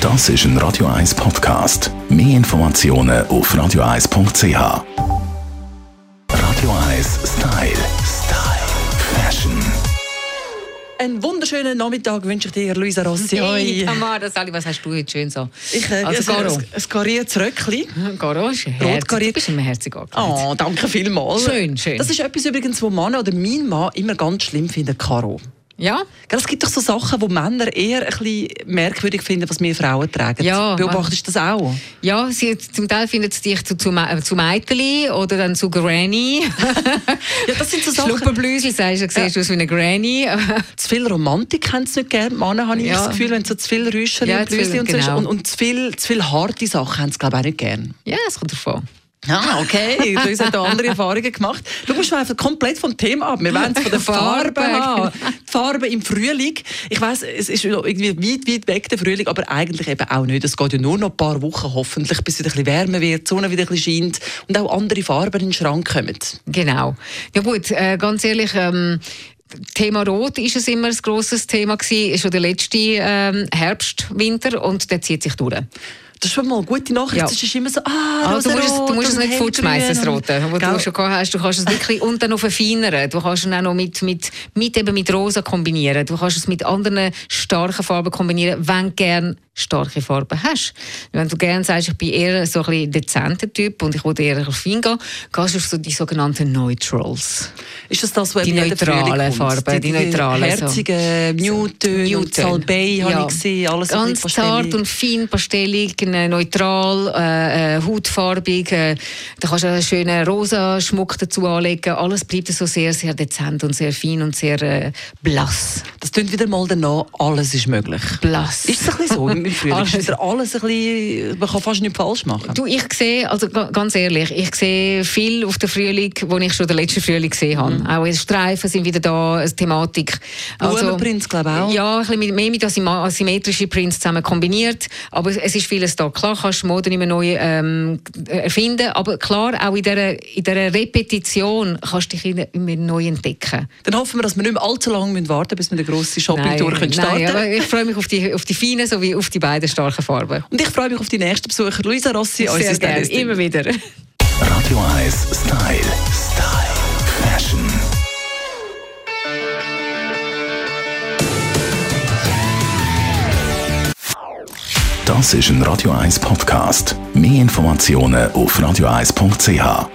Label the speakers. Speaker 1: Das ist ein Radio 1 Podcast. Mehr Informationen auf radio1.ch. Radio 1 Style. Style. Fashion.
Speaker 2: Einen wunderschönen Nachmittag wünsche ich dir, Luisa Rossi.
Speaker 3: Hey,
Speaker 2: Hoi.
Speaker 3: Tamara, Sali, was hast du jetzt schön so?
Speaker 2: Ich, äh,
Speaker 3: also, Garo.
Speaker 2: ein, ein kariertes Röckli.
Speaker 3: Garo ist herzig.
Speaker 2: kariert.
Speaker 3: Du bist immer herzig angekleidet.
Speaker 2: Oh, danke vielmals.
Speaker 3: Schön, schön.
Speaker 2: Das ist etwas übrigens, was Männer oder mein Mann immer ganz schlimm finden, Karo.
Speaker 3: Ja?
Speaker 2: Gell, Es gibt doch so Sachen, die Männer eher ein bisschen merkwürdig finden, was wir Frauen tragen.
Speaker 3: Ja,
Speaker 2: Beobachtest du das auch?
Speaker 3: Ja, sie, zum Teil findet sie dich zu, zu, Ma- äh, zu Meiteli oder dann zu Granny.
Speaker 2: Ja, das sind so Sachen.
Speaker 3: Schluppenblüsel, sagst du, siehst du aus wie eine Granny.
Speaker 2: Zu viel Romantik haben sie nicht gern. Männer habe ich
Speaker 3: Ja.
Speaker 2: das Gefühl, wenn so zu viel Rüschen
Speaker 3: Ja,
Speaker 2: und
Speaker 3: zu viel,
Speaker 2: Blüschen und, so ist.
Speaker 3: genau.
Speaker 2: und, und zu, viel, zu viel harte Sachen haben sie, glaube ich, auch nicht gern.
Speaker 3: ja, es kommt davon.
Speaker 2: Ah, okay. Du hast da andere Erfahrungen gemacht. Du musst einfach komplett vom Thema ab. Wir wollen es von der Farbe
Speaker 3: Farbe,
Speaker 2: haben.
Speaker 3: genau.
Speaker 2: Die Farbe im Frühling. Ich weiß, es ist noch irgendwie weit, weit weg der Frühling, aber eigentlich eben auch nicht. Es geht ja nur noch ein paar Wochen hoffentlich, bis es wieder ein bisschen wärmer wird, die Sonne wieder ein bisschen scheint und auch andere Farben in den Schrank kommen.
Speaker 3: Genau. Ja gut, äh, ganz ehrlich, ähm, Thema Rot ist es immer ein grosses Thema gewesen, schon der letzte ähm, Herbst, Winter und der zieht sich durch.
Speaker 2: Das ist schon mal eine gute Nachricht.
Speaker 3: Ja.
Speaker 2: Das ist immer so, ah,
Speaker 3: Ah, du
Speaker 2: rosarot
Speaker 3: musst, es- du musst es
Speaker 2: und
Speaker 3: nicht
Speaker 2: hellgrün
Speaker 3: fortschmeißen, das
Speaker 2: und-
Speaker 3: Rote, wo
Speaker 2: Gell?
Speaker 3: du schon gehabt hast. Du kannst es wirklich und dann noch verfeinern. Du kannst es auch noch mit, mit, mit, eben mit Rosa kombinieren. Du kannst es mit anderen starken Farben kombinieren, wenn du gerne starke Farben hast. Wenn du gerne sagst, ich bin eher so ein bisschen dezenter Typ und ich will eher ein bisschen fein gehen, gehst du auf so die sogenannten Neutrals.
Speaker 2: Ist das das, was
Speaker 3: Die
Speaker 2: eben jeden
Speaker 3: neutralen
Speaker 2: Frühling kommt?
Speaker 3: Farben, die neutralen, so.
Speaker 2: herzigen Newton, und Salbei habe ich gesehen. Alles so ein
Speaker 3: Ganz
Speaker 2: bisschen
Speaker 3: zart
Speaker 2: pastellig.
Speaker 3: und fein, pastellig, äh, neutral, äh, äh, hautfarbig. Äh, da kannst du einen schönen rosa Schmuck dazu anlegen. Alles bleibt so sehr, sehr dezent und sehr fein und sehr äh, blass.
Speaker 2: Das tönt wieder mal danach, alles ist möglich.
Speaker 3: Blass.
Speaker 2: Ist es ein bisschen so im im Frühling?
Speaker 3: Alles.
Speaker 2: Ist wieder alles ein bisschen, man kann fast nichts falsch machen.
Speaker 3: Du, ich sehe, also ga- ganz ehrlich, ich sehe viel auf den Frühling, wo ich schon den letzten Frühling gesehen habe.
Speaker 2: Mhm.
Speaker 3: Auch die Streifen sind wieder da, eine Thematik. Also,
Speaker 2: Blumenprinz, glaub ich, auch.
Speaker 3: Ja, ein bisschen mit- mehr mit asymm- asymmetrischen Prints zusammen kombiniert. Aber es ist vieles da. Klar kannst du Mode immer neu ähm, erfinden, aber klar, auch in dieser, in dieser Repetition kannst du dich in- immer neu entdecken.
Speaker 2: Dann hoffen wir, dass wir nicht mehr allzu lange müssen warten müssen, bis wir eine grosse Shopping-Tour
Speaker 3: nein,
Speaker 2: können starten
Speaker 3: nein, aber
Speaker 2: können.
Speaker 3: ich freue mich auf die, auf die feinen sowie auf die beiden starken Farben.
Speaker 2: Und ich freue mich auf die nächsten Besucher. Luisa Rossi, unsere
Speaker 3: Sehr gerne,
Speaker 2: Stylistin.
Speaker 3: immer wieder.
Speaker 1: Radio 1 Style. Style. Fashion. Das ist ein Radio 1 Podcast. Mehr Informationen auf radio1.ch.